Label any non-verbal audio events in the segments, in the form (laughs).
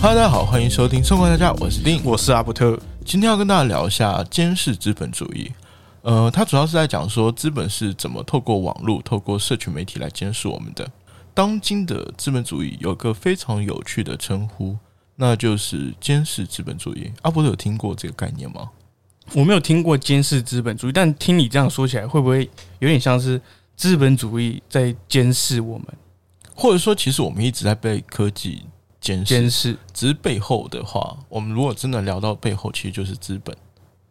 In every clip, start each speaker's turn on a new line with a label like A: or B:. A: Hello，大家好，欢迎收听《生活大家》，我是丁。
B: 我是阿伯特。
A: 今天要跟大家聊一下监视资本主义。呃，它主要是在讲说资本是怎么透过网络、透过社群媒体来监视我们的。当今的资本主义有个非常有趣的称呼，那就是监视资本主义。阿伯特有听过这个概念吗？
B: 我没有听过监视资本主义，但听你这样说起来，会不会有点像是资本主义在监视我们？
A: 或者说，其实我们一直在被科技监视，
B: 监视
A: 只是背后的话，我们如果真的聊到背后，其实就是资本。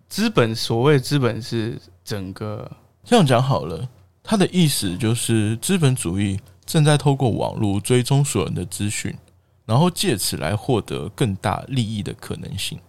B: 资本，所谓资本是整个
A: 这样讲好了，它的意思就是资本主义正在透过网络追踪所有人的资讯，然后借此来获得更大利益的可能性。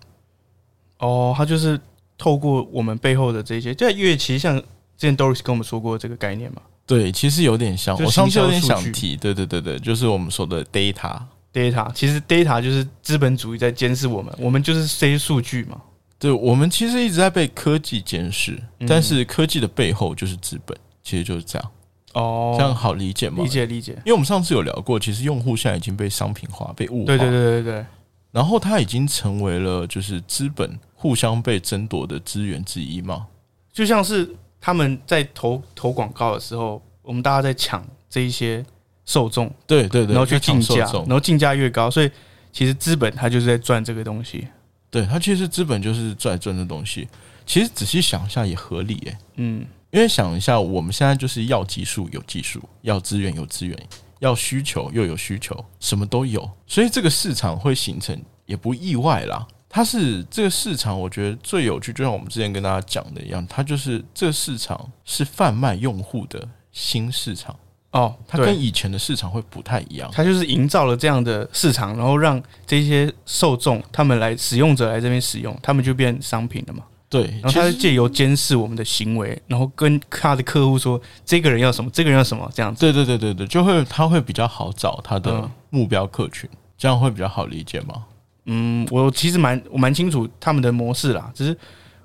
B: 哦，它就是透过我们背后的这些，对，因为其实像之前 Doris 跟我们说过这个概念嘛
A: 对，其实有点像，
B: 就
A: 我上
B: 行
A: 次
B: 销
A: 有点想
B: 数据
A: 提，对对对对，就是我们说的 data。
B: ，data，其实 data 就是资本主义在监视我们，我们就是这些数据嘛。
A: 对，我们其实一直在被科技监视，
B: 嗯
A: 但是科技的背后就是资本，其实就是这样，
B: 哦，
A: 这样好理解吗？
B: 理。解理解，
A: 因为我们上次有聊过，其实用户现在已经被商品化、被物化，
B: 对对对对对，
A: 然后它已经成为了就是资本互相被争夺的资源之一嘛。
B: 就像是他们在投投广告的时候，我们大家在抢这一些受众。
A: 对对对，
B: 然后去竞
A: 抢受
B: 价，
A: 众
B: 然后竞价越高，所以其实资本它就是在赚这个东西。
A: 对它其实资本就是在赚这东西。其实仔细想一下也合理耶、
B: 嗯，
A: 因为想一下，我们现在就是要技术有技术，要资源有资源，要需求又有需求，什么都有，所以这个市场会形成也不意外啦。它是这个市场，我觉得最有趣，就像我们之前跟大家讲的一样，它就是这个市场是贩卖用户的新市场，
B: 哦，
A: 它
B: 对
A: 跟以前的市场会不太一样。
B: 它就是营造了这样的市场，然后让这些受众他们来使用者来这边使用，他们就变商品了嘛。
A: 对，
B: 然后
A: 其
B: 它
A: 实
B: 是借由监视我们的行为，然后跟他的客户说这个人要什么，这个人要什么这样子。
A: 对对对对对，就会他会比较好找他的
B: 嗯
A: 目标客群，这样会比较好理解吗？
B: 嗯，我其实蛮我蛮清楚他们的模式啦，只是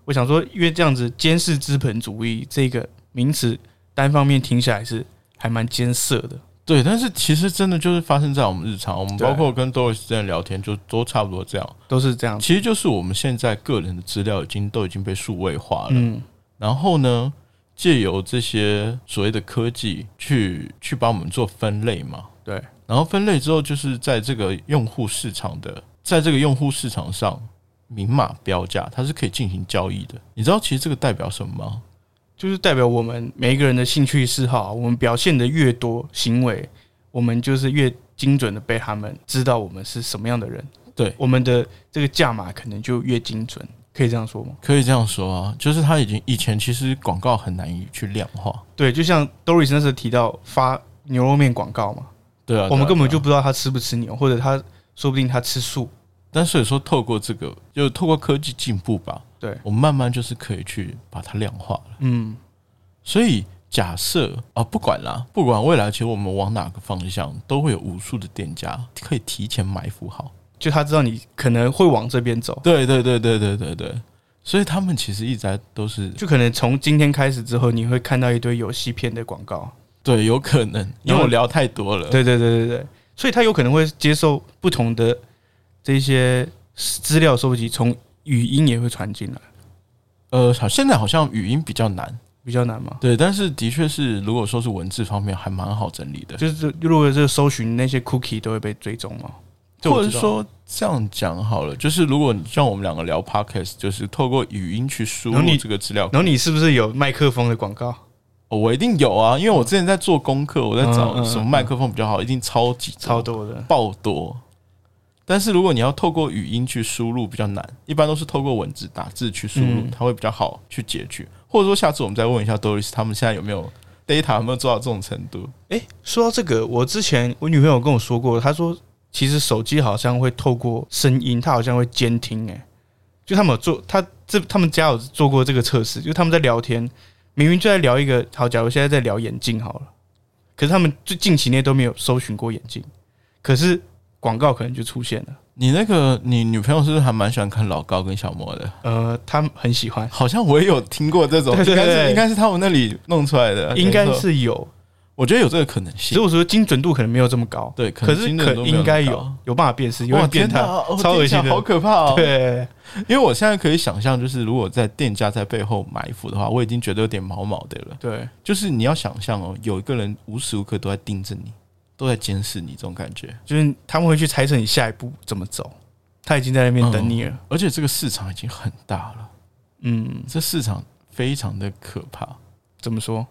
B: 我想说，因为这样子监视资本主义这个名词单方面听下来是还蛮艰涩的。
A: 对，但是其实真的就是发生在我们日常，我们
B: 对
A: 包括跟 Doris 之前聊天，就都差不多这样。
B: 都是这样子。
A: 其实就是我们现在个人的资料已经都已经被数位化了，
B: 嗯，
A: 然后呢，借由这些所谓的科技去去帮我们做分类嘛，
B: 对，
A: 然后分类之后，就是在这个用户市场的，在这个用户市场上，明码标价，它是可以进行交易的。你知道其实这个代表什么吗？
B: 就是代表我们每一个人的兴趣嗜好，我们表现的越多，行为我们就是越精准的被他们知道我们是什么样的人。
A: 对
B: 我们的这个价码可能就越精准，可以这样说吗？
A: 可以这样说啊，就是它已经以前其实广告很难以去量化，
B: 对，就像 Doris 那时候提到发牛肉面广告嘛，
A: 对啊，
B: 我们
A: 对啊
B: 根本
A: 对啊
B: 就不知道他吃不吃牛，或者他说不定他吃素。
A: 但所以说透过这个，就透过科技进步吧，
B: 对，
A: 我们慢慢就是可以去把它量化了。
B: 嗯，
A: 所以假设啊，不管啦，不管未来，其实我们往哪个方向，都会有无数的店家可以提前埋伏好。
B: 就他知道你可能会往这边走，
A: 对对对对对对对，所以他们其实一直在都是
B: 就可能从今天开始之后，你会看到一堆游戏片的广告。
A: 对，有可能，因为我聊太多了。
B: 对对对对对，所以他有可能会接受不同的这些资料收集，从语音也会传进来，
A: 呃，好，现在好像语音比较难，
B: 比较难嘛。
A: 对，但是的确是，如果说是文字方面，还蛮好整理的。
B: 就是如果是搜寻那些 cookie 都会被追踪嘛，这我
A: 或者
B: 知道
A: 说这样讲好了，就是如果像我们两个聊 podcast，就是透过语音去输
B: 然后
A: 入
B: 你
A: 这个资料库，
B: 然后你是不是有麦克风的广告？
A: 哦我一定有啊，因为我之前在做功课，我在
B: 嗯
A: 找
B: 嗯
A: 什么麦克风比较好，一定超级
B: 超多的，
A: 爆多。但是如果你要透过语音去输入比较难，一般都是透过文字打字去输入，
B: 嗯
A: 它会比较好去解决。或者说下次我们再问一下 Doris，他们现在有没有 data 有没有做到这种程度？
B: 诶，说到这个，我之前我女朋友跟我说过，她说其实手机好像会透过声音，它好像会监听、诶，就他们有做，他这他们家有做过这个测试，就他们在聊天，明明就在聊一个，好，假如现在在聊眼镜好了，可是他们最近期内都没有搜寻过眼镜，可是广告可能就出现了，
A: 你那个你女朋友是不是还蛮喜欢看老高跟小莫的？
B: 呃，他们很喜欢，
A: 好像我也有听过这种，
B: 对对
A: 应该
B: 对
A: 是应该是他们那里弄出来的，
B: 应该
A: 没错
B: 是有，
A: 我觉得有这个可能
B: 只
A: 性
B: 是。我说精准度可能没有这么高，
A: 对，
B: 可
A: 能
B: 是
A: 精准
B: 可
A: 度没
B: 应该
A: 很
B: 有
A: 高。
B: 有办法辨识，有
A: 哇
B: 点变
A: 天
B: 态
A: 哪哦，
B: 超恶
A: 店
B: 心
A: 家
B: 的，
A: 好可怕哦！，
B: 对，
A: 因为我现在可以想象，就是如果在店家在背后埋伏的话，我已经觉得有点毛毛的了。
B: 对，
A: 就是你要想象哦，有一个人无时无刻都在盯着你，都在监视你，这种感觉。
B: 就是他们会去猜测你下一步怎么走，他已经在那边等你了。
A: 而且这个市场已经很大了，
B: 嗯，
A: 这市场非常的可怕。
B: 怎么说？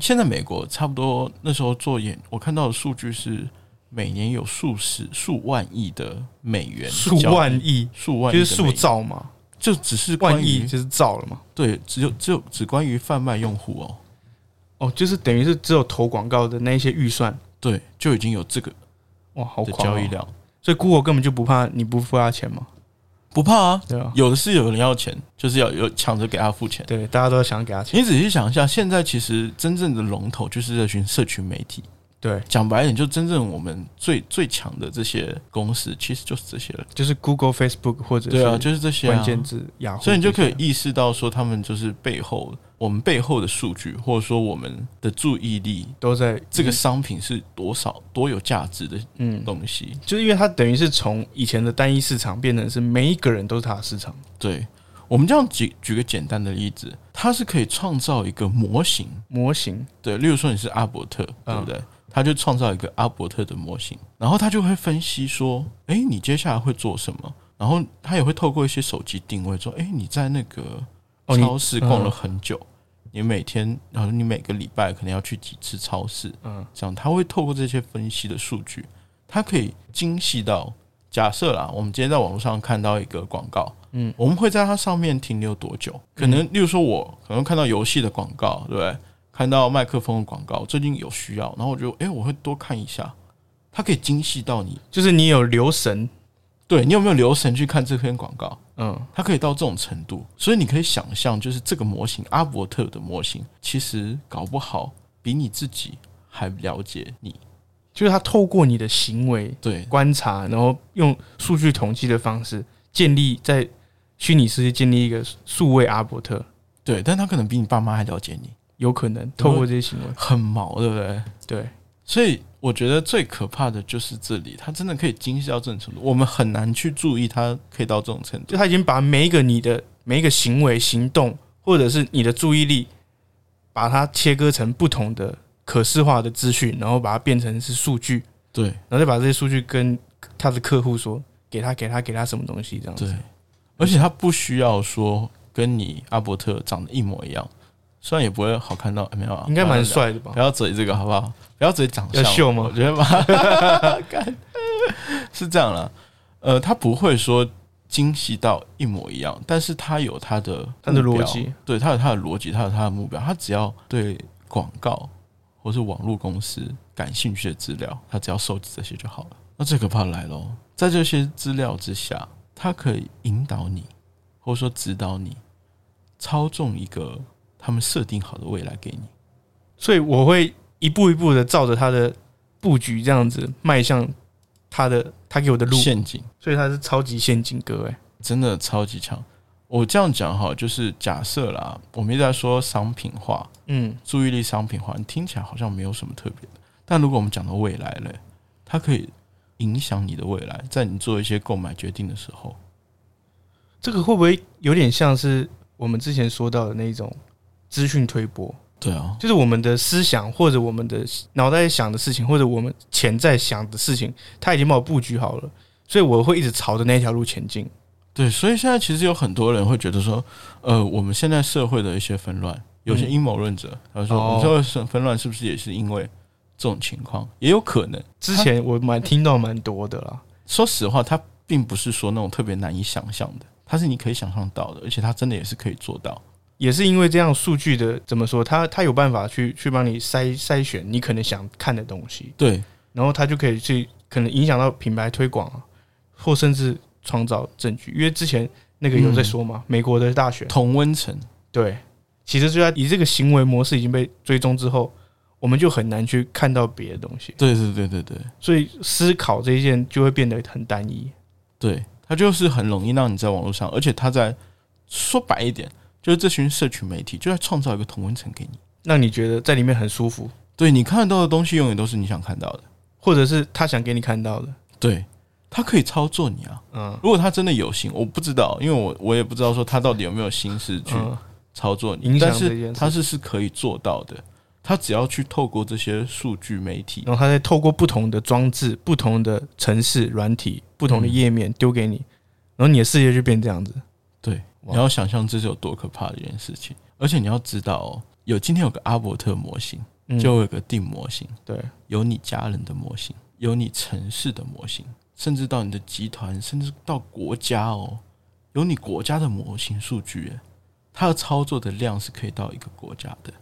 A: 现在美国差不多那时候做研，我看到的数据是每年有数十数万亿的美元
B: 数
A: 交易
B: 万亿，
A: 数
B: 就
A: 万亿
B: 是
A: 的美
B: 数
A: 元，
B: 兆嘛，
A: 就只是关
B: 万亿
A: 于
B: 就是兆了嘛。
A: 对，只有只有只关于贩卖用户哦，
B: 哦，就是等于是只有投广告的那一些预算，
A: 对，就已经有这个
B: 哇，好
A: 的
B: 狂、哦
A: 交易。量，
B: 所以 Google 根本就不怕你不付他钱嘛，
A: 不怕啊，
B: 对啊，
A: 有的是有人要钱，就是要有抢着给他付钱。
B: 对，大家都想给他钱，
A: 你仔细想一下，现在其实真正的龙头就是这群社群媒体。
B: 对，
A: 讲白一点，就真正我们最最强的这些公司，其实就是这些人。
B: 就是 Google、Facebook 或者
A: 对啊，
B: 是
A: 就是这些、啊、
B: 关键字雅虎这些，
A: 所以你就可以意识到说，他们就是背后我们背后的数据，或者说我们的注意力，
B: 都在
A: 这个商品是多少多有价值的
B: 嗯，
A: 东西。
B: 就是因为它等于是从以前的单一市场变成是每一个人都是它的市场，
A: 对我们这样举举个简单的例子，它是可以创造一个模型。
B: 模型
A: 对，例如说你是阿伯特，对不对？他就创造一个阿伯特的模型，然后他就会分析说，诶，你接下来会做什么？然后他也会透过一些手机定位说，诶，你在那个
B: 哦你
A: 超市逛了很久，你每天，然后你每个礼拜可能要去几次超市，
B: 嗯
A: 嗯，这样他会透过这些分析的数据，他可以精细到假设啦，我们今天在网络上看到一个广告，
B: 嗯
A: 嗯，我们会在它上面停留多久？可能，例如说我可能看到游戏的广告，对不对？看到麦克风的广告，最近有需要，然后我就诶，我会多看一下，它可以精细到你，
B: 就是你有留神，
A: 对你有没有留神去看这篇广告？
B: 嗯，
A: 它可以到这种程度，所以你可以想象，就是这个模型阿伯特的模型，其实搞不好比你自己还了解你。
B: 就是它透过你的行为
A: 对
B: 观察，然后用数据统计的方式建立在虚拟世界建立一个数位阿伯特，
A: 对，但他可能比你爸妈还了解你，
B: 有可能透过这些行为，
A: 很毛，对不对？
B: 对，
A: 所以我觉得最可怕的就是这里，它真的可以精细到这种程度，我们很难去注意它可以到这种程度。
B: 就他已经把每一个你的每一个行为、行动，或者是你的注意力，把它切割成不同的可视化的资讯，然后把它变成是数据，
A: 对
B: 然后再把这些数据跟他的客户说，给他给他给他什么东西这样子。
A: 对，而且它不需要说跟你阿伯特长得一模一样，虽然也不会好看到，没有、啊，
B: 应该蛮
A: 不要
B: 帅的吧
A: 不？要嘴这个好不好？不要嘴长相，
B: 要秀吗
A: 我觉得
B: (laughs)
A: 吧，干是这样啦。呃，他不会说精细到一模一样，但是他有他的
B: 他的
A: 目标
B: 逻辑，
A: 对，他有他的逻辑，他有他的目标。他只要对广告或是网络公司感兴趣的资料，他只要收集这些就好了。那最可怕的来喽，在这些资料之下，他可以引导你，或者说指导你，操纵一个他们设定好的未来给你。
B: 所以我会一步一步的照着他的布局这样子迈向他的他给我的路，
A: 陷阱
B: 所以他是超级陷阱哥哎，
A: 真的超级强。我这样讲哈，就是假设啦，我们一直在说商品化，
B: 嗯，
A: 注意力商品化，你听起来好像没有什么特别的。但如果我们讲到未来嘞，它可以影响你的未来，在你做一些购买决定的时候，
B: 这个会不会有点像是我们之前说到的那种资讯推波？
A: 对啊，
B: 就是我们的思想或者我们的脑袋想的事情，或者我们潜在想的事情，他已经帮我布局好了，所以我会一直朝着那条路前进。
A: 对，所以现在其实有很多人会觉得说，呃，我们现在社会的一些纷乱，有些阴谋论者他说，
B: 哦
A: 我们社会是纷乱是不是也是因为这种情况？也有可能。
B: 之前我蛮听到蛮多的啦，
A: 说实话，它并不是说那种特别难以想象的，它是你可以想象到的，而且它真的也是可以做到。
B: 也是因为这样数据的怎么说，他他有办法去去帮你筛筛选你可能想看的东西，
A: 对
B: 然后他就可以去可能影响到品牌推广啊，或甚至创造证据。因为之前那个有在说嘛，美国的大选，
A: 同温层，
B: 对，其实就在以这个行为模式已经被追踪之后，我们就很难去看到别的东西。
A: 对对对对对
B: 所以思考这一件就会变得很单一。
A: 对，它就是很容易让你在网络上，而且它在说白一点，就是这群社群媒体就在创造一个同温层给你。
B: 让你觉得在里面很舒服，
A: 对你看得到的东西，永远都是你想看到的。
B: 或者是他想给你看到的，
A: 对，他可以操作你啊。
B: 嗯
A: 如果他真的有心，我不知道，因为我我也不知道说他到底有没有心思去
B: 嗯，
A: 操作你，
B: 影响
A: 但
B: 这件
A: 是
B: 事
A: 他是是可以做到的。他只要去透过这些数据媒体，
B: 然后他再透过不同的装置、不同的城市软体、不同的页面丢给你，然后你的世界就变这样子。
A: 对，
B: 哇
A: 你要想象这是有多可怕的一件事情。而且你要知道、哦，有今天有个阿伯特模型，
B: 嗯
A: 就有个定模型，
B: 对，
A: 有你家人的模型，有你城市的模型，甚至到你的集团，甚至到国家哦，有你国家的模型数据耶，它的操作的量是可以到一个国家的。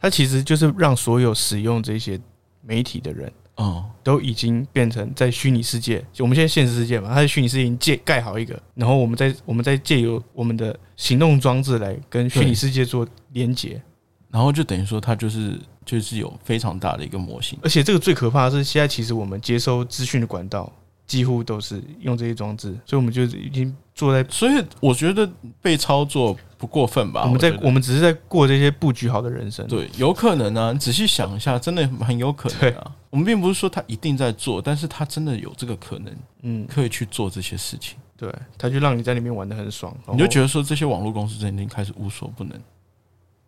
B: 它其实就是让所有使用这些媒体的人
A: 嗯，
B: 都已经变成在虚拟世界，就我们现在现实世界嘛，它的虚拟世界已经借盖好一个，然后我们再我们再借由我们的行动装置来跟虚拟世界做连接。
A: 然后就等于说它就是就是有非常大的一个模型。
B: 而且这个最可怕的是，现在其实我们接收资讯的管道几乎都是用这些装置，所以我们就已经坐在
A: 所以我觉得被操作不过分吧？
B: 我
A: 啊
B: 们
A: 我
B: 在
A: 觉得
B: 我们只是在过这些布局好的人生。
A: 对，有可能啊。你仔细想一下，真的很有可能啊。我们并不是说他一定在做，但是他真的有这个可能，
B: 嗯，
A: 可以去做这些事情。
B: 对，它就让你在里面玩的很爽，
A: 你就觉
B: 得
A: 得说，这些网络公司真的已经开始无所不能。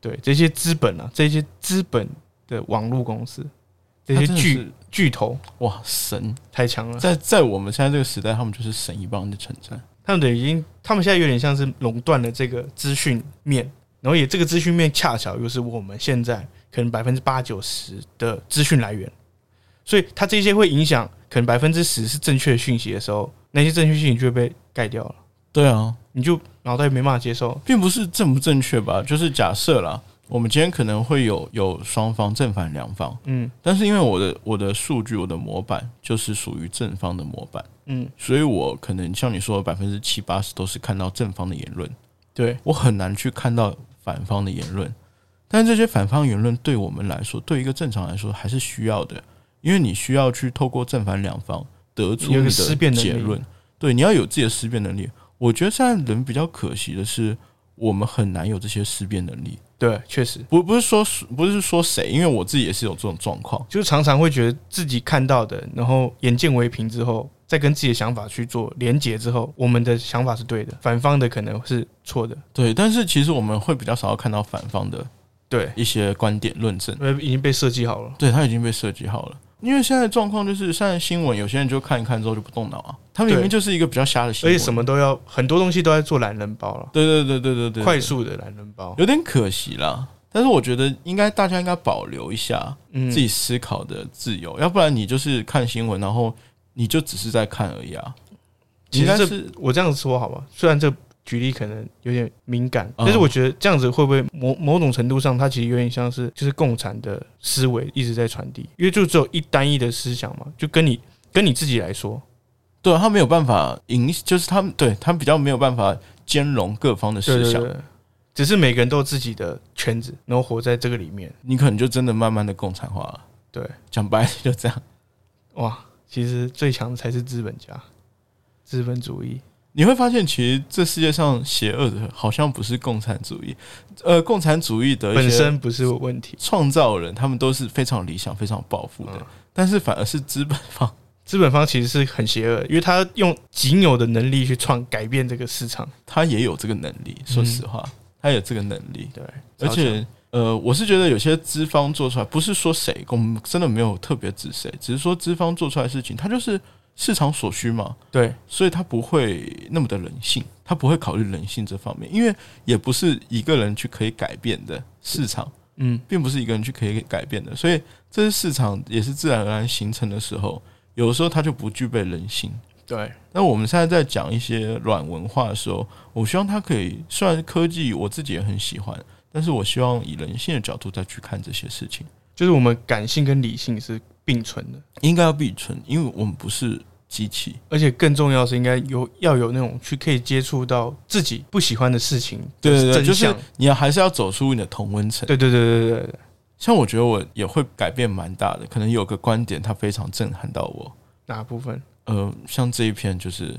B: 对这些资本啊，这些资本的网络公司，这些
A: 他真的
B: 巨
A: 是
B: 巨头
A: 哇神，
B: 太强了，
A: 在在我们现在这个时代，他们就是神一般的存在。
B: 他们等于已经，他们现在有点像是垄断了这个资讯面，然后也这个资讯面恰巧又是我们现在可能百分之八九十的资讯来源，所以它这些会影响可能百分之十是正确的讯息的时候，那些正确讯息就会被盖掉了，
A: 对啊，
B: 你就脑袋没办法接受。
A: 并不是正不正确吧？就是假设啦，我们今天可能会有有双方正反两方，
B: 嗯
A: 但是因为我的我的数据我的模板就是属于正方的模板，
B: 嗯，
A: 所以我可能像你说的百分之七八十都是看到正方的言论，
B: 对，
A: 我很难去看到反方的言论。但这些反方言论对我们来说，对一个正常来说还是需要的，因为你需要去透过正反两方得出
B: 有一
A: 你
B: 个思辨
A: 的
B: 能力
A: 结论。对，你要有自己的思辨能力。我觉得现在人比较可惜的是，我们很难有这些思辨能力。
B: 对，确实，
A: 不，不是说不是说谁，因为我自己也是有这种状况。
B: 就是常常会觉得自己看到的，然后眼见为凭之后，再跟自己的想法去做连结之后，我们的想法是对的，反方的可能是错的。
A: 对，但是其实我们会比较少看到反方的
B: 对，
A: 一些观点论证。
B: 因为呃已经被设计好了。
A: 对，它已经被设计好了。因为现在的状况就是，现在新闻有些人就看一看之后就不动脑啊，他明明
B: 对
A: 就是一个比较瞎的新
B: 而
A: 闻，
B: 且什么都要，很多东西都在做懒人包了，
A: 对？对对对对对对，
B: 快速的懒人包。
A: 有点可惜啦。但是我觉得应该大家应该保留一下
B: 嗯
A: 自己思考的自由，要不然你就是看新闻，然后你就只是在看而已啊。
B: 其
A: 应该
B: 实
A: 是
B: 这我这样说好吧，虽然这举例可能有点敏感，
A: 嗯
B: 但是我觉得这样子会不会某某种程度上，它其实有点像是就是共产的思维一直在传递，因为就只有一单一的思想嘛，就跟你跟你自己来说，
A: 对啊他没有办法影，就是他们对他比较没有办法兼容各方的思
B: 对
A: 想，
B: 对对只是每个人都有自己的圈子，然后活在这个里面。
A: 你可能就真的慢慢的共产化了。
B: 对，
A: 讲白了就这样。
B: 哇，其实最强的才是资本家，资本主义。
A: 你会发现，其实这世界上邪恶的好像不是共产主义，呃，共产主义的一
B: 本
A: 些
B: 身不是问题，
A: 创造人，他们都是非常理想、非常抱负
B: 嗯
A: 的，但是反而是资本方。
B: 资本方其实是很邪恶的，因为他用仅有的能力去创改变这个市场。
A: 他也有这个能力，说实话，
B: 嗯
A: 他有这个能力，
B: 对，
A: 而
B: 超强
A: 且呃，我是觉得有些资方做出来，不是说谁，我们真的没有特别指谁，只是说资方做出来的事情，它就是市场所需嘛，
B: 对
A: 所以他不会那么的人性，他不会考虑人性这方面，因为也不是一个人去可以改变的市场，
B: 嗯，
A: 并不是一个人去可以改变的，所以这是市场也是自然而然形成的时候，有的时候它就不具备人性。
B: 对，
A: 那我们现在在讲一些软文化的时候，我希望它可以，虽然科技我自己也很喜欢，但是我希望以人性的角度再去看这些事情，
B: 就是我们感性跟理性是并存的，
A: 应该要并存，因为我们不是机器。
B: 而且更重要是应该有要有那种去可以接触到自己不喜欢的事情的
A: 对对对，
B: 真
A: 就是
B: 相。
A: 你还是要走出你的同温层。
B: 对对对对对对对，
A: 像我觉得我也会改变蛮大的，可能有个观点它非常震撼到我。
B: 哪部分？
A: 呃，像这一篇就是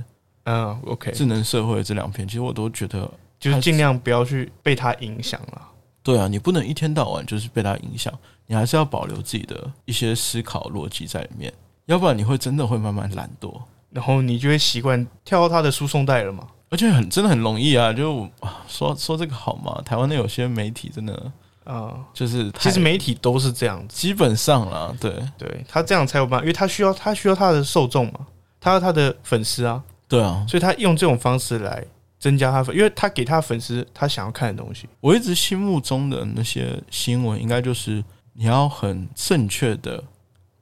B: 嗯，OK，
A: 智能社会的这两篇，其实我都觉得
B: 就是尽量不要去被它影响了。
A: 对啊，你不能一天到晚就是被它影响，你还是要保留自己的一些思考逻辑在里面，要不然你会真的会慢慢懒惰，
B: 然后你就会习惯跳到他的输送带了嘛。
A: 而且很真的很容易啊。就啊说说这个好吗？台湾的有些媒体真的
B: 啊、
A: 就是太，
B: 其实媒体都是这样子，
A: 基本上啦，对
B: 对他这样才有办法，因为他需要他需要他的受众嘛，他要他的粉丝啊，
A: 对啊，
B: 所以他用这种方式来增加他粉，因为他给他粉丝他想要看的东西。
A: 我一直心目中的那些新闻，应该就是你要很正确的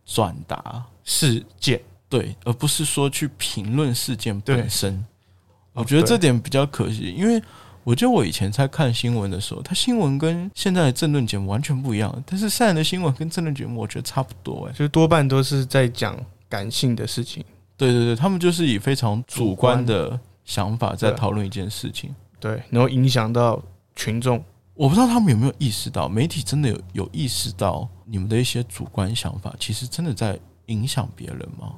A: 转达，
B: 事件，
A: 对，而不是说去评论事件本身。
B: 哦
A: 我觉得这
B: 对
A: 点比较可惜，因为我觉得我以前在看新闻的时候，它新闻跟现在的政论节目完全不一样。但是现在的新闻跟政论节目，我觉得差不多、欸。哎，
B: 就是多半都是在讲感性的事情。
A: 对对对，他们就是以非常主
B: 主观
A: 观的想法在
B: 对
A: 讨论一件事情。
B: 对，然后影响到群众。
A: 我不知道他们有没有意识到，媒体真的有有意识到你们的一些主观想法，其实真的在影响别人吗？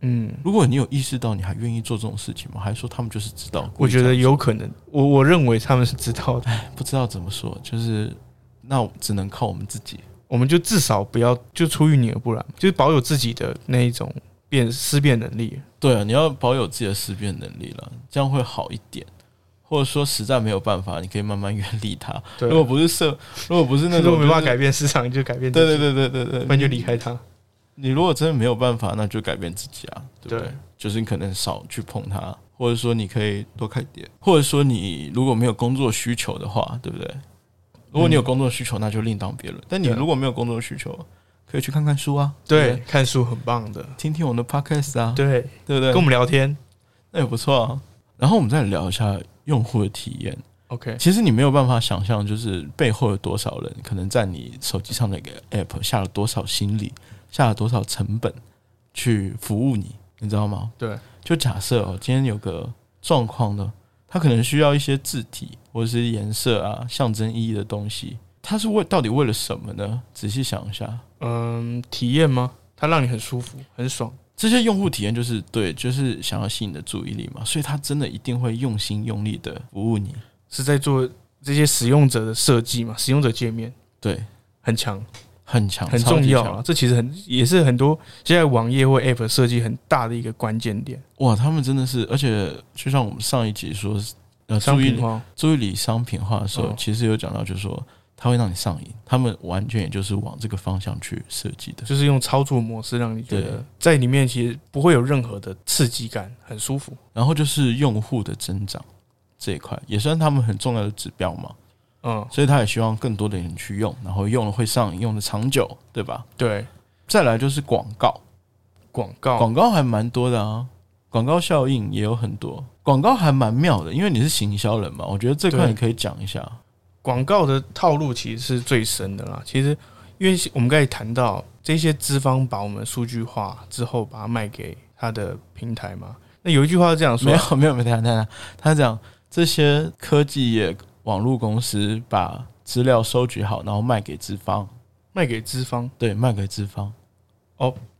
B: 嗯，
A: 如果你有意识到，你还愿意做这种事情吗？还是说他们就是知道？
B: 我觉得有可能，我我认为他们是知道的。
A: 不知道怎么说，就是那只能靠我们自己。
B: 我们就至少不要就出淤泥而不染，就是保有自己的那一种辨思辨能力。
A: 对啊，你要保有自己的思辨能力了，这样会好一点。或者说实在没有办法，你可以慢慢远离他。
B: (laughs) 对
A: 如果不是社，如果不是那
B: 如
A: 种
B: (laughs) 果没办法
A: 就是
B: 改变市场，你就改变自己
A: 对对对对对对，
B: 不然就离开他。
A: 你如果真的没有办法，那就改变自己啊，对不对？
B: 对
A: 就是你可能少去碰它，或者说你可以多看一点，或者说你如果没有工作需求的话，对不对？如果你有工作需求，那就另当别论。但你
B: 嗯对
A: 如果没有工作需求，可以去看看书啊，不
B: 对，看书很棒的。
A: 听听我们的 podcast 啊，
B: 对，
A: 对
B: 跟
A: 不
B: 我
A: 对？
B: 们聊天。
A: 那也不错啊。然后我们再聊一下用户的体验。
B: OK，
A: 其实你没有办法想象，就是背后有多少人可能在你手机上的一个 app 下了多少心力，下了多少成本去服务你，你知道吗？
B: 对，
A: 就假设哦，今天有个状况呢，它可能需要一些字体或者是颜色啊、象征意义的东西，它是为到底为了什么呢？仔细想一下，
B: 嗯，体验吗？它让你很舒服，很爽。
A: 这些用户体验就是对，就是想要吸引你的注意力嘛，所以他真的一定会用心用力的服务你。
B: 是在做这些使用者的设计嘛？使用者界面
A: 对，
B: 很强，
A: 很强，
B: 很
A: 超级
B: 重要
A: 强
B: 啊。这其实很也是很多现在网页或 App 设计很大的一个关键点。
A: 哇，他们真的是，而且就像我们上一集说，呃，
B: 商
A: 注意
B: 品
A: 力
B: 化，
A: 注意力商品化的时候，
B: 哦
A: 其实有讲到，就是说它会让你上瘾，他们完全也就是往这个方向去设计的。
B: 就是用操作模式让你觉
A: 对
B: 得在里面其实不会有任何的刺激感，很舒服。
A: 然后就是用户的增长这一块，也算他们很重要的指标嘛，
B: 嗯，
A: 所以他也希望更多的人去用，然后用了会上瘾，用的长久，对吧？
B: 对，
A: 再来就是广告，
B: 广告，
A: 广告还蛮多的啊，广告效应也有很多，广告还蛮妙的，因为你是行销人嘛，我觉得这块
B: 对
A: 你可以讲一下。
B: 广告的套路其实是最深的啦。其实，因为我们刚才谈到这些资方把我们数据化之后，把它卖给他的平台嘛。那有一句话是这样说啊
A: 没，有没有没有，他他他讲这些科技业网络公司把资料收集好，然后卖给资方，
B: 卖给资方。
A: 对，卖给资方，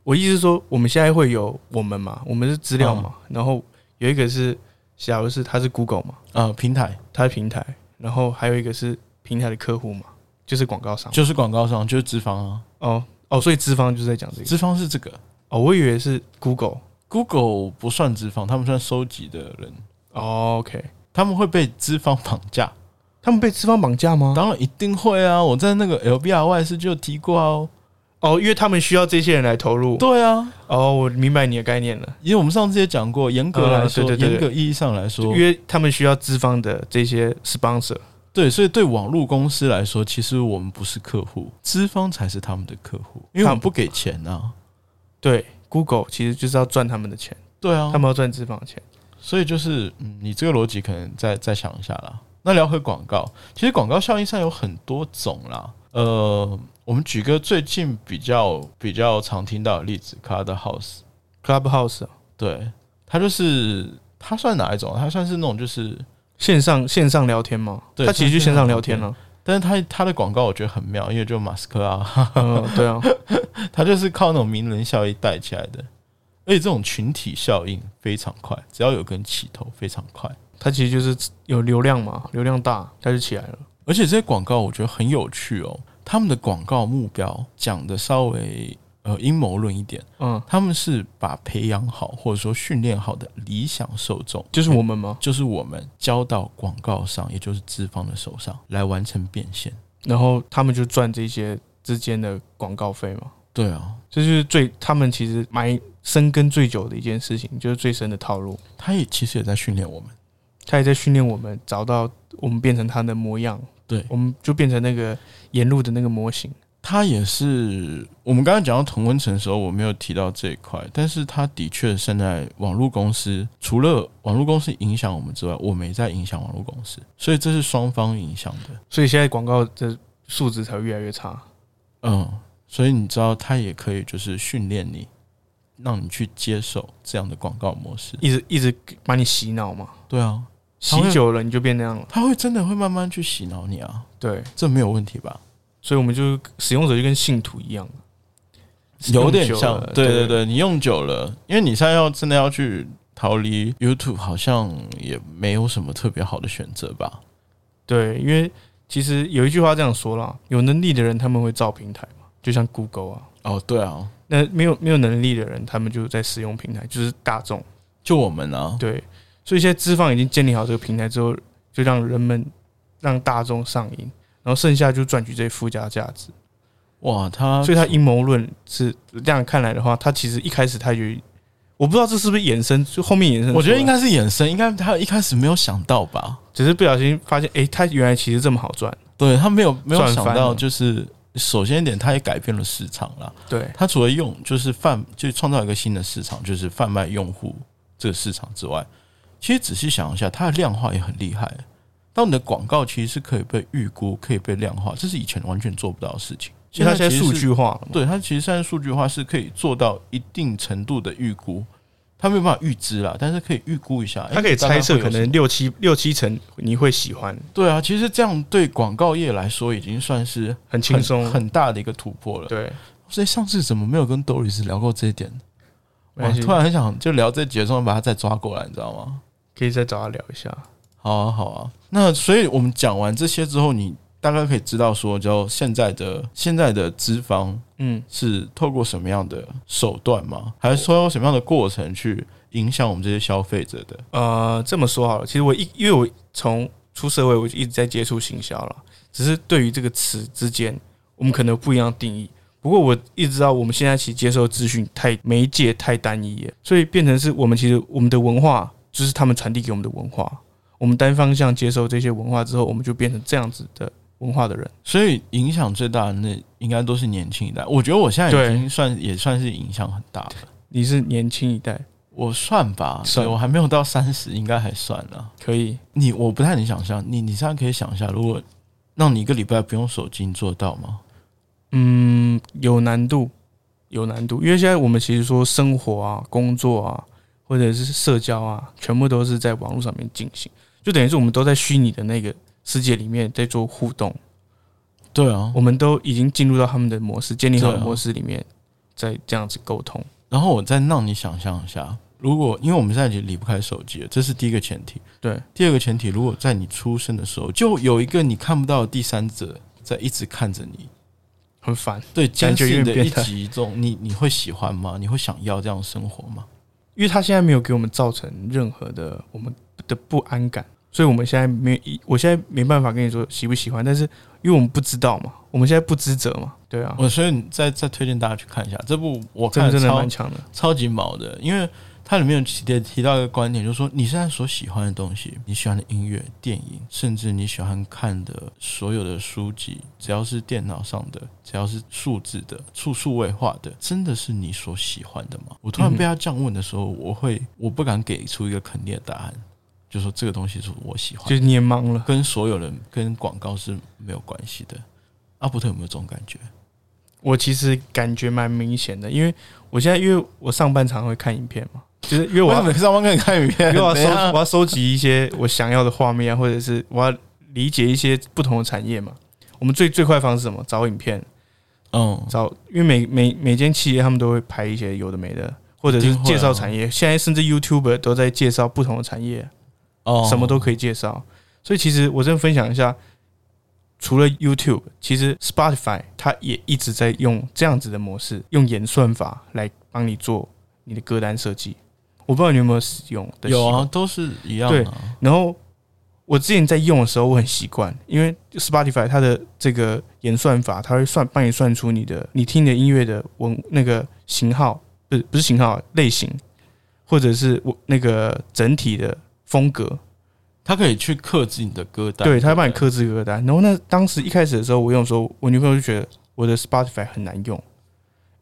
B: 我意思是说，我们现在会有我们嘛，我们是资料嘛，
A: 嗯
B: 然后有一个是，假如是它是 Google 嘛，
A: 呃，平台
B: 它的平台，然后还有一个是平台的客户嘛，就是广告商。
A: 就是广告商，就是资方啊，
B: 哦哦，所以资方就是在讲这个。
A: 资方是这个
B: 哦，我以为是 Google。
A: Google 不算资方，他们算收集的人，
B: 哦，OK，
A: 他们会被资方绑架，
B: 他们被资方绑架吗？
A: 当然一定会啊，我在那个 LBR 外事就有提过啊哦，
B: 哦，因为他们需要这些人来投入。
A: 对啊，
B: 哦，我明白你的概念了，
A: 因为我们上次也讲过，严格来说，
B: 呃对对对
A: 严格意义上来说
B: 因，为他们需要资方的这些 sponsor。
A: 对，所以对网络公司来说，其实我们不是客户，资方才是他们的客户，因为我们不给钱啊。
B: 对，Google 其实就是要赚他们的钱，
A: 对啊
B: 他，们要赚资方的钱。
A: 所以就是，嗯，你这个逻辑可能再再想一下啦。那聊回广告，其实广告效应上有很多种啦。呃，我们举个最近比较比较常听到的例子 c l u d House，
B: Clubhouse 啊
A: 对，它就是它算哪一种？它算是那种就是，
B: 线上线上聊天嘛，
A: 对
B: 他其实就线上聊天了。
A: 但是它它的广告我觉得很妙，因为就马斯克啊，
B: 嗯，对啊，
A: 它就是靠那种名人效应带起来的，而且这种群体效应非常快，只要有个人起头非常快。
B: 他其实就是有流量嘛，流量大，他就起来了。
A: 而且这些广告我觉得很有趣哦，他们的广告目标讲的稍微呃阴谋论一点，
B: 嗯，
A: 他们是把培养好或者说训练好的理想受众，
B: 就是我们吗？
A: 就是我们交到广告商，也就是资方的手上来完成变现。
B: 然后他们就赚这些之间的广告费嘛，
A: 对啊，
B: 这就是最他们其实埋深耕最久的一件事情，就是最深的套路。
A: 他也其实也在训练我们。
B: 他也在训练我们找到我们变成他的模样，
A: 对
B: 我们就变成那个沿路的那个模型。
A: 他也是我们刚刚讲到同温层的时候，我没有提到这一块，但是他的确现在网络公司除了网络公司影响我们之外，我们也在影响网络公司，所以这是双方影响的。
B: 所以现在广告的素质才会越来越差。
A: 嗯，所以你知道，他也可以就是训练你，让你去接受这样的广告模式。
B: 一直一直把你洗脑嘛，
A: 对啊，他会
B: 洗久了你就变那样了。
A: 他会真的会慢慢去洗脑你啊，
B: 对，
A: 这没有问题吧？
B: 所以我们就使用者就跟信徒一样，
A: (laughs) 有点
B: 用久
A: 像
B: 了，
A: 对对对，你用久了，因为你现在要真的要去逃离 YouTube，好像也没有什么特别好的选择吧？
B: 对，因为其实有一句话这样说啦，有能力的人他们会造平台嘛，就像 Google 啊，
A: 哦，对啊，
B: 那没有没有能力的人他们就在使用平台，就是大众。
A: 就我们啊，
B: 对，所以现在资方已经建立好这个平台之后，就让人们让大众上瘾，然后剩下就赚取这些附加价值。
A: 哇，他
B: 所以他阴谋论是这样看来的话，他其实一开始他就我不知道这是不是衍生，就后面衍生出来，
A: 我觉得应该是衍生，应该他一开始没有想到吧？
B: 只是不小心发现，诶，他原来其实这么好赚。
A: 对他没有没有
B: 赚
A: 想
B: 翻
A: 到，
B: 了
A: 就是首先一点，他也改变了市场啦。
B: 对
A: 他除了用就是贩就创造一个新的市场，就是贩卖用户这个市场之外，其实仔细想一下，它的量化也很厉害。当你的广告其实是可以被预估、可以被量化，这是以前完全做不到的事情。
B: 所以他现在
A: 其实
B: 数
A: 是
B: 据化了嘛，
A: 对它其实现在数据化是可以做到一定程度的预估，它没有办法预知啦，但是可以预估一下，诶
B: 他可以
A: 哎大概
B: 猜
A: 会有
B: 测可
A: 什么
B: 能六七六七成你会喜欢，
A: 对啊，其实这样对广告业来说已经算是
B: 很轻
A: 很
B: 松。
A: 很大的一个突破了。
B: 对，
A: 所以上次怎么没有跟 Doris 聊过这一点呢？
B: 没
A: 我
B: 关系
A: 突然很想就聊这节，中把他再抓过来，你知道吗？
B: 可以再找他聊一下。
A: 好啊，好啊。那所以我们讲完这些之后，你大概可以知道说，就现在的现在的资方
B: 嗯，
A: 是透过什么样的手段吗？还是说有什么样的过程去影响我们这些消费者的？
B: 呃，这么说好了，其实我一因为我从出社会我就一直在接触行销了，只是对于这个词之间，我们可能有不一样的定义。不过我一直知道，我们现在其实接受的资讯太媒介太单一了，所以变成是我们其实我们的文化就是他们传递给我们的文化，我们单方向接受这些文化之后，我们就变成这样子的文化的人。
A: 所以影响最大的那应该都是年轻一代。我觉得我现在已
B: 对
A: 经算也算是影响很大了。
B: 你是年轻一代，
A: 我算吧，
B: 算
A: 对我还没有到三十，应该还算了。
B: 可以
A: 你我不太能想象，你你现在可以想一下，如果让你一个礼拜不用手机，你做得到吗？
B: 嗯，有难度，有难度，因为现在我们其实说生活啊、工作啊，或者是社交啊，全部都是在网络上面进行，就等于是我们都在虚拟的那个世界里面在做互动，
A: 对啊
B: 我，们都已经进入到他们的模式，建立好的
A: 对啊
B: 模式里面，在这样子沟通。
A: 然后我再让你想象一下，如果因为我们现在已经离不开手机了，这是第一个前提。
B: 对，
A: 第二个前提，如果在你出生的时候就有一个你看不到的第三者在一直看着你，
B: 很烦，
A: 对
B: 感
A: 监
B: 觉
A: 视你
B: 有点
A: 的
B: 变
A: 一
B: 态
A: 举一动，你你会喜欢吗？你会想要这样生活吗？
B: 因为他现在没有给我们造成任何的我们的不安感，所以我们现在没，我现在没办法跟你说喜不喜欢，但是因为我们不知道嘛，我们现在不知者嘛，对啊，
A: 我所以你再再推荐大家去看一下这部，我
B: 这
A: 看
B: 部
A: 了
B: 真的
A: 哦超
B: 蛮强的。
A: 超级毛的，因为它里面有提提到一个观点，就是说你现在所喜欢的东西，你喜欢的音乐、电影，甚至你喜欢看的所有的书籍，只要是电脑上的，只要是数字的、数数位化的，真的是你所喜欢的吗？我突然被他这样问的时候，我会我不敢给出一个肯定的答案，就说这个东西是我喜欢
B: 就
A: 的，
B: 是你也忙了，
A: 跟所有人跟广告是没有关系的。阿伯特有没有这种感觉？
B: 我其实感觉蛮明显的，因为我现在因为我上半场会看影片嘛，就是因为我
A: 为
B: 要
A: 什么啊上班跟你看影片？
B: (laughs) 因为
A: (laughs)
B: 我要
A: 等一
B: 收
A: 下
B: 我要收集一些我想要的画面啊，或者是我要理解一些不同的产业嘛。我们最最快的方式是什么？找影片，
A: 嗯，
B: 找因为每每每间企业他们都会拍一些有的没的，或者
A: 一
B: 是
A: 定会啊
B: 介绍产业。现在甚至 YouTube 都在介绍不同的产业，
A: 哦
B: 什么都可以介绍。所以其实我真的分享一下，除了 YouTube，其实 Spotify 它也一直在用这样子的模式，用演算法来帮你做你的歌单设计。我不知道你有没有使用的习
A: 有
B: 惯
A: 啊，都是一样
B: 对
A: 的啊、
B: 然后我之前在用的时候，我很习惯，因为 Spotify 它的这个演算法，它会算帮你算出你的你听的音乐的文那个型号，不是不是型号类型，或者是我那个整体的风格，
A: 它可以去克制你的歌单，
B: 对，它会帮你
A: 不
B: 克制歌单。然后那当时一开始的时候，我用的时候，我女朋友就觉得我的 Spotify 很难用，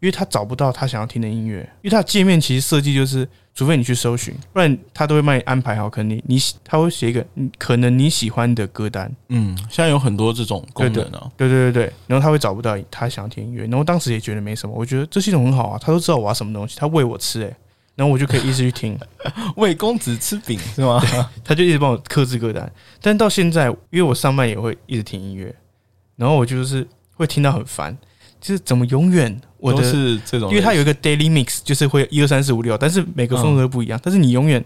B: 因为她找不到她想要听的音乐，因为它的界面其实设计就是，除非你去搜寻，不然它都会帮你安排好，可能你你它会写一个你可能你喜欢的歌单，
A: 嗯，现在有很多这种功能啊，
B: 对对对对，然后他会找不到他想要听音乐，然后当时也觉得没什么，我觉得这系统很好啊，他都知道我要什么东西，他喂我吃诶、欸然后我就可以一直去听，
A: 为公子吃饼是 (laughs) 吗？
B: 他就一直帮我克制歌单。但到现在，因为我上班也会一直听音乐，然后我就是会听到很烦，就是怎么永远我
A: 都
B: 的，
A: 是这种类型，
B: 因为它有一个 daily mix，就是会一二三四五六，但是每个风格都不一
A: 嗯
B: 样，但是你永远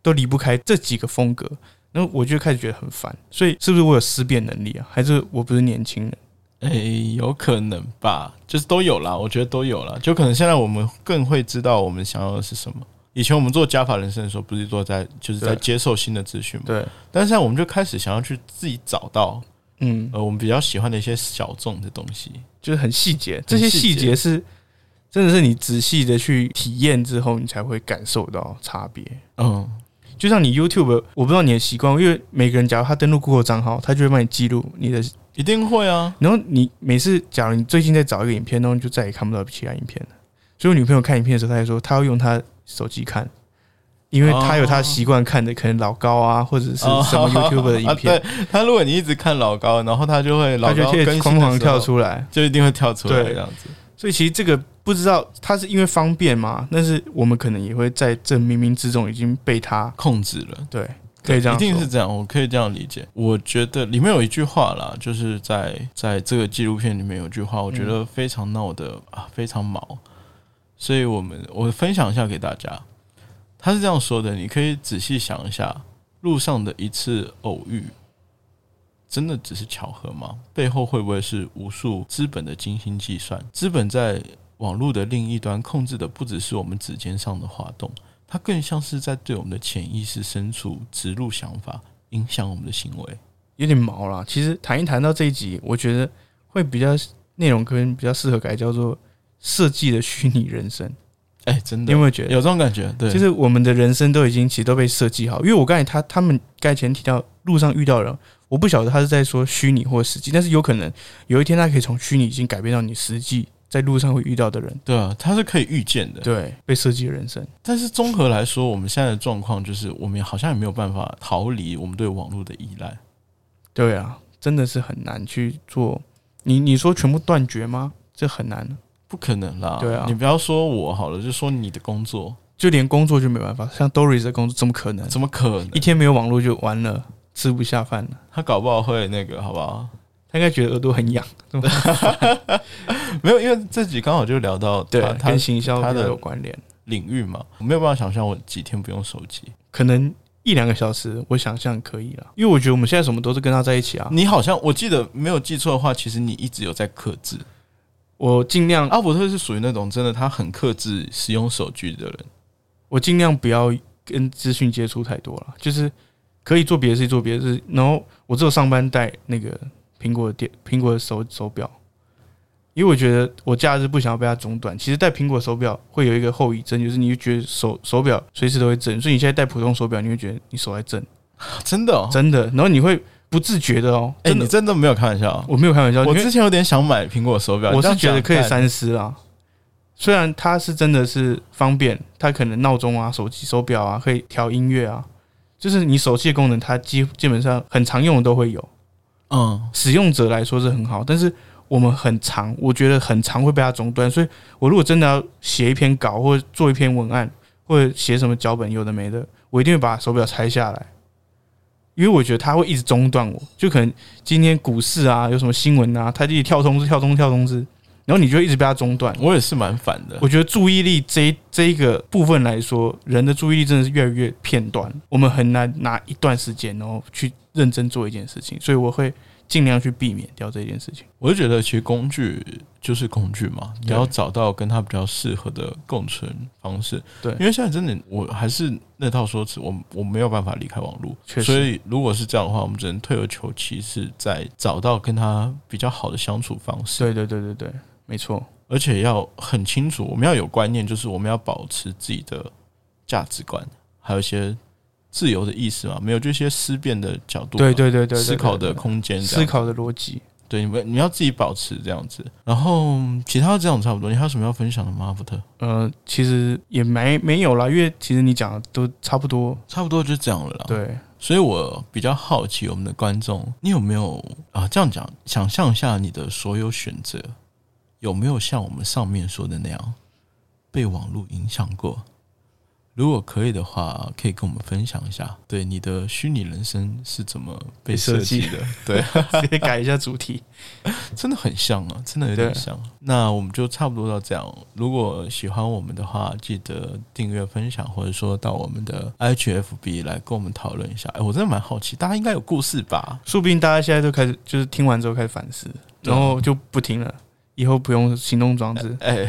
B: 都离不开这几个风格，然后我就开始觉得很烦，所以是不是我有思辨能力啊？还是我不是年轻人？
A: 诶、有可能吧，就是都有啦，我觉得都有啦，就可能现在我们更会知道我们想要的是什么。以前我们做加法人生的时候，不是做在就是在
B: 对
A: 接受新的资讯嘛？
B: 对，
A: 但是现在我们就开始想要去自己找到
B: 嗯。
A: 呃我们比较喜欢的一些小众的东西。
B: 就是很细节，这些细节是真的是你仔细的去体验之后，你才会感受到差别。
A: 嗯，
B: 就像你 YouTube，我不知道你的习惯，因为每个人假如他登录 Google 账号，他就会帮你记录你的，
A: 一定会啊。
B: 然后你每次假如你最近在找一个影片，然后你就再也看不到其他影片了。所以我女朋友看影片的时候，她还说她要用她手机看，因
A: 哦
B: 为她有她习惯看的，可能老高啊，或者是什么 YouTube 的影片，
A: 啊、对他，如果你一直看老高，然后他就会
B: 她
A: 老
B: 就
A: 高
B: 会
A: 更
B: 疯
A: 新
B: 狂
A: 的时
B: 跳
A: 候，
B: 出来。
A: 就一定会跳出来
B: 对
A: 这样子。
B: 所以其实这个不知道它是因为方便嘛，但是我们可能也会在这冥冥之中已经被它
A: 控制了，
B: 对，可以这样
A: 一定是
B: 说
A: 这样，我可以这样理解。我觉得里面有一句话啦，就是在在这个纪录片里面有句话，我觉
B: 嗯
A: 得非常闹的、啊，非常毛，所以我们我分享一下给大家。他是这样说的，你可以仔细想一下，路上的一次偶遇，真的只是巧合吗？背后会不会是无数资本的精心计算？资本在网络的另一端控制的不只是我们指尖上的滑动，它更像是在对我们的潜意识深处植入想法，影响我们的行为。
B: 有点毛啦。其实谈一谈到这一集，我觉得会比较内容跟比较适合改叫做设计的虚拟人生，
A: 哎、真
B: 你
A: 的
B: 有
A: 有
B: 没有觉得？
A: 这种感觉？对，
B: 就是我们的人生都已经其实都被设计好，因为我刚才他他们刚才前提到路上遇到人，我不晓得他是在说虚拟或实际，但是有可能有一天他可以从虚拟已经改变到你实际在路上会遇到的人，
A: 对啊，它是可以预见的。
B: 对，被设计的人生。
A: 但是综合来说，我们现在的状况就是，我们好像也没有办法逃离我们对网络的依赖。
B: 对啊，真的是很难去做。你你说全部断绝吗？这很难，
A: 不可能啦！
B: 对啊
A: 你不要说我好了，就说你的工作，
B: 就连工作就没办法。像 Doris 的工作怎么可能？
A: 怎么可
B: 嗯一
A: 能？
B: 天没有网络就完了，吃不下饭了。
A: 他搞不好会那个，好不好？ (laughs)
B: 他应该觉得耳朵很痒，
A: 没有，因为这集刚好就聊到
B: 对
A: 他，他
B: 跟行销
A: 他的
B: 比较有关联。
A: 领域嘛，我没有办法想象我几天不用手机。
B: 可能一两个小时，我想象可以了，因为我觉得我们现在什么都是跟他在一起啊。
A: 你好像我记得没有记错的话，其实你一直有在克制。
B: 我尽量，
A: 阿伯特是属于那种真的他很克制使用手机的人，
B: 我尽量不要跟资讯接触太多了，就是可以做别的事情做别的事，然后我只有上班戴那个苹果的电苹果的手手表，因为我觉得我假日不想要被它中断。其实戴苹果手表会有一个后遗症，就是你就觉得手手表随时都会震，所以你现在戴普通手表，你会觉得你手在震，
A: 真的、哦，
B: 真的，然后你会不自觉的哦，
A: 哎、
B: 真的，
A: 你真的没有开玩笑啊。
B: 我没有开玩笑，哦
A: 我
B: 因为
A: 之前有点想买苹果手表，
B: 我
A: 你这
B: 是
A: 样
B: 觉得
A: 讲
B: 可以
A: 干
B: 三思啦。虽然它是真的是方便，它可能闹钟啊、手机、手表啊，可以调音乐啊，就是你手机的功能，它基基本上很常用的都会有。
A: 嗯，
B: 使用者来说是很好，但是我们很常，我觉得很常会被它中断。所以我如果真的要写一篇稿，或者做一篇文案，或者写什么脚本，有的没的，我一定会把手表拆下来，因为我觉得它会一直中断我。就可能今天股市啊，有什么新闻啊，它就一直跳通知、跳通知、跳通知，然后你就一直被它中断。
A: 我也是蛮反的。
B: 我觉得注意力这一这一个部分来说，人的注意力真的是越来越片段，我们很难拿一段时间然后去认真做一件事情，所以我会尽量去避免掉这件事情。
A: 我就觉得其实工具就是工具嘛，你
B: 对
A: 要找到跟它比较适合的共存方式。
B: 对
A: 因为现在真的我还是那套说辞，我我没有办法离开网络，
B: 确实
A: 所以如果是这样的话，我们只能退而求其次，在找到跟它比较好的相处方式。
B: 对对对对对，没错，
A: 而且要很清楚，我们要有观念，就是我们要保持自己的价值观，还有一些自由的意识嘛，没有就一些思辨的角度嘛，
B: 对对对对对，
A: 思考
B: 对
A: 的
B: 对
A: 空间，
B: 思考的逻辑。
A: 对，你们你要自己保持这样子。然后其他这样差不多，你还有什么要分享的吗？阿福特，
B: 呃，其实也没没有啦，因为其实你讲的都差不多。
A: 差不多就这样了啦。，
B: 对， (laughs)
A: 所以我比较好奇我们的观众，你有没有啊？这样讲，想象一下你的所有选择，有没有像我们上面说的那样被网络影响过？如果可以的话，可以跟我们分享一下，对你的虚拟人生是怎么被
B: 被设
A: 设计
B: 计
A: 的？
B: (laughs)
A: 对，
B: 直接改一下主题。
A: 真的很像啊，真的有点
B: 对
A: 像。那我们就差不多到这样。如果喜欢我们的话，记得订阅、分享，或者说到我们的 IHFB 来跟我们讨论一下。哎、我真的蛮好奇，大家应该有故事吧？
B: 说不定大家现在都开始，就是听完之后开始反思，
A: 对啊
B: 然后就不听了，以后不用行动装 (laughs) 置，
A: 哎、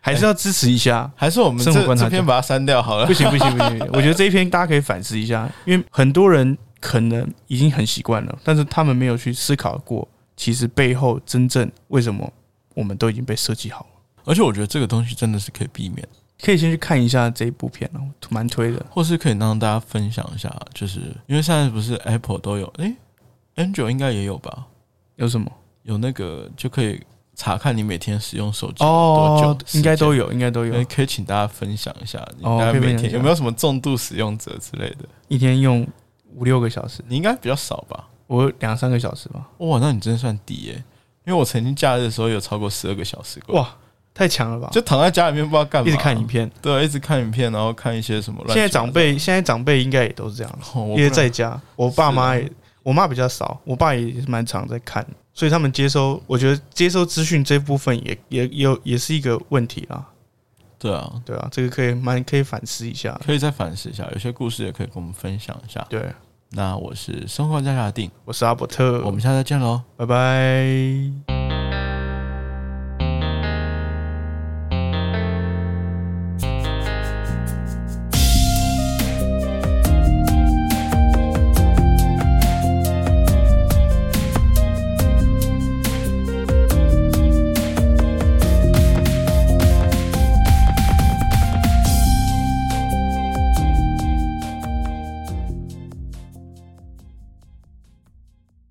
B: 还是要支持一下。
A: 还是我们
B: 生活
A: 这
B: 观察
A: 这篇把它删掉好了
B: 不。行不行不行，我觉得这一篇大家可以反思一下，因为很多人可能已经很习惯了，但是他们没有去思考过，其实背后真正为什么我们都已经被设计好了。
A: 而且我觉得这个东西真的是可以避免，
B: 可以先去看一下这一部片哦，蛮推的。
A: 或是可以让大家分享一下，就是因为现在不是 Apple 都有，哎、a n d r o i d 应该也有吧？
B: 有什么？
A: 有那个就可以查看你每天使用手机多久
B: 哦
A: 的，时
B: 应该
A: 间
B: 都有，应该都
A: 因为
B: 有。
A: 可以请大家分享一下，你
B: 哦
A: 大家
B: 可以
A: 每
B: 分享
A: 天
B: 一下
A: 有没有什么重度使用者之类的？
B: 一天用五六个小时，
A: 你应该比较少吧？
B: 我两三个小时吧。
A: 哇，那你真的算低耶、因为我曾经假日的时候有超过十二个小时过，
B: 哇，太强了吧！
A: 就躺在家里面不知道干嘛，
B: 一直看影，片。
A: 对，一直看影片，然后看一些什么乱七八糟。
B: 现在长辈，现在长辈应该也都是这样，
A: 哦，我不
B: 因为
A: 能啊
B: 在家，我爸妈也，我妈比较少，我爸也是蛮常在看，所以他们接收，我觉得接收资讯这部分也也也有也是一个问题啦。
A: 对啊，
B: 对啊，这个可以蛮可以反思一下。
A: 可以再反思一下，有些故事也可以跟我们分享一下。
B: 对，
A: 那我是生活家家定，
B: 我是阿伯特，
A: 我们下次再见喽。
B: 拜拜。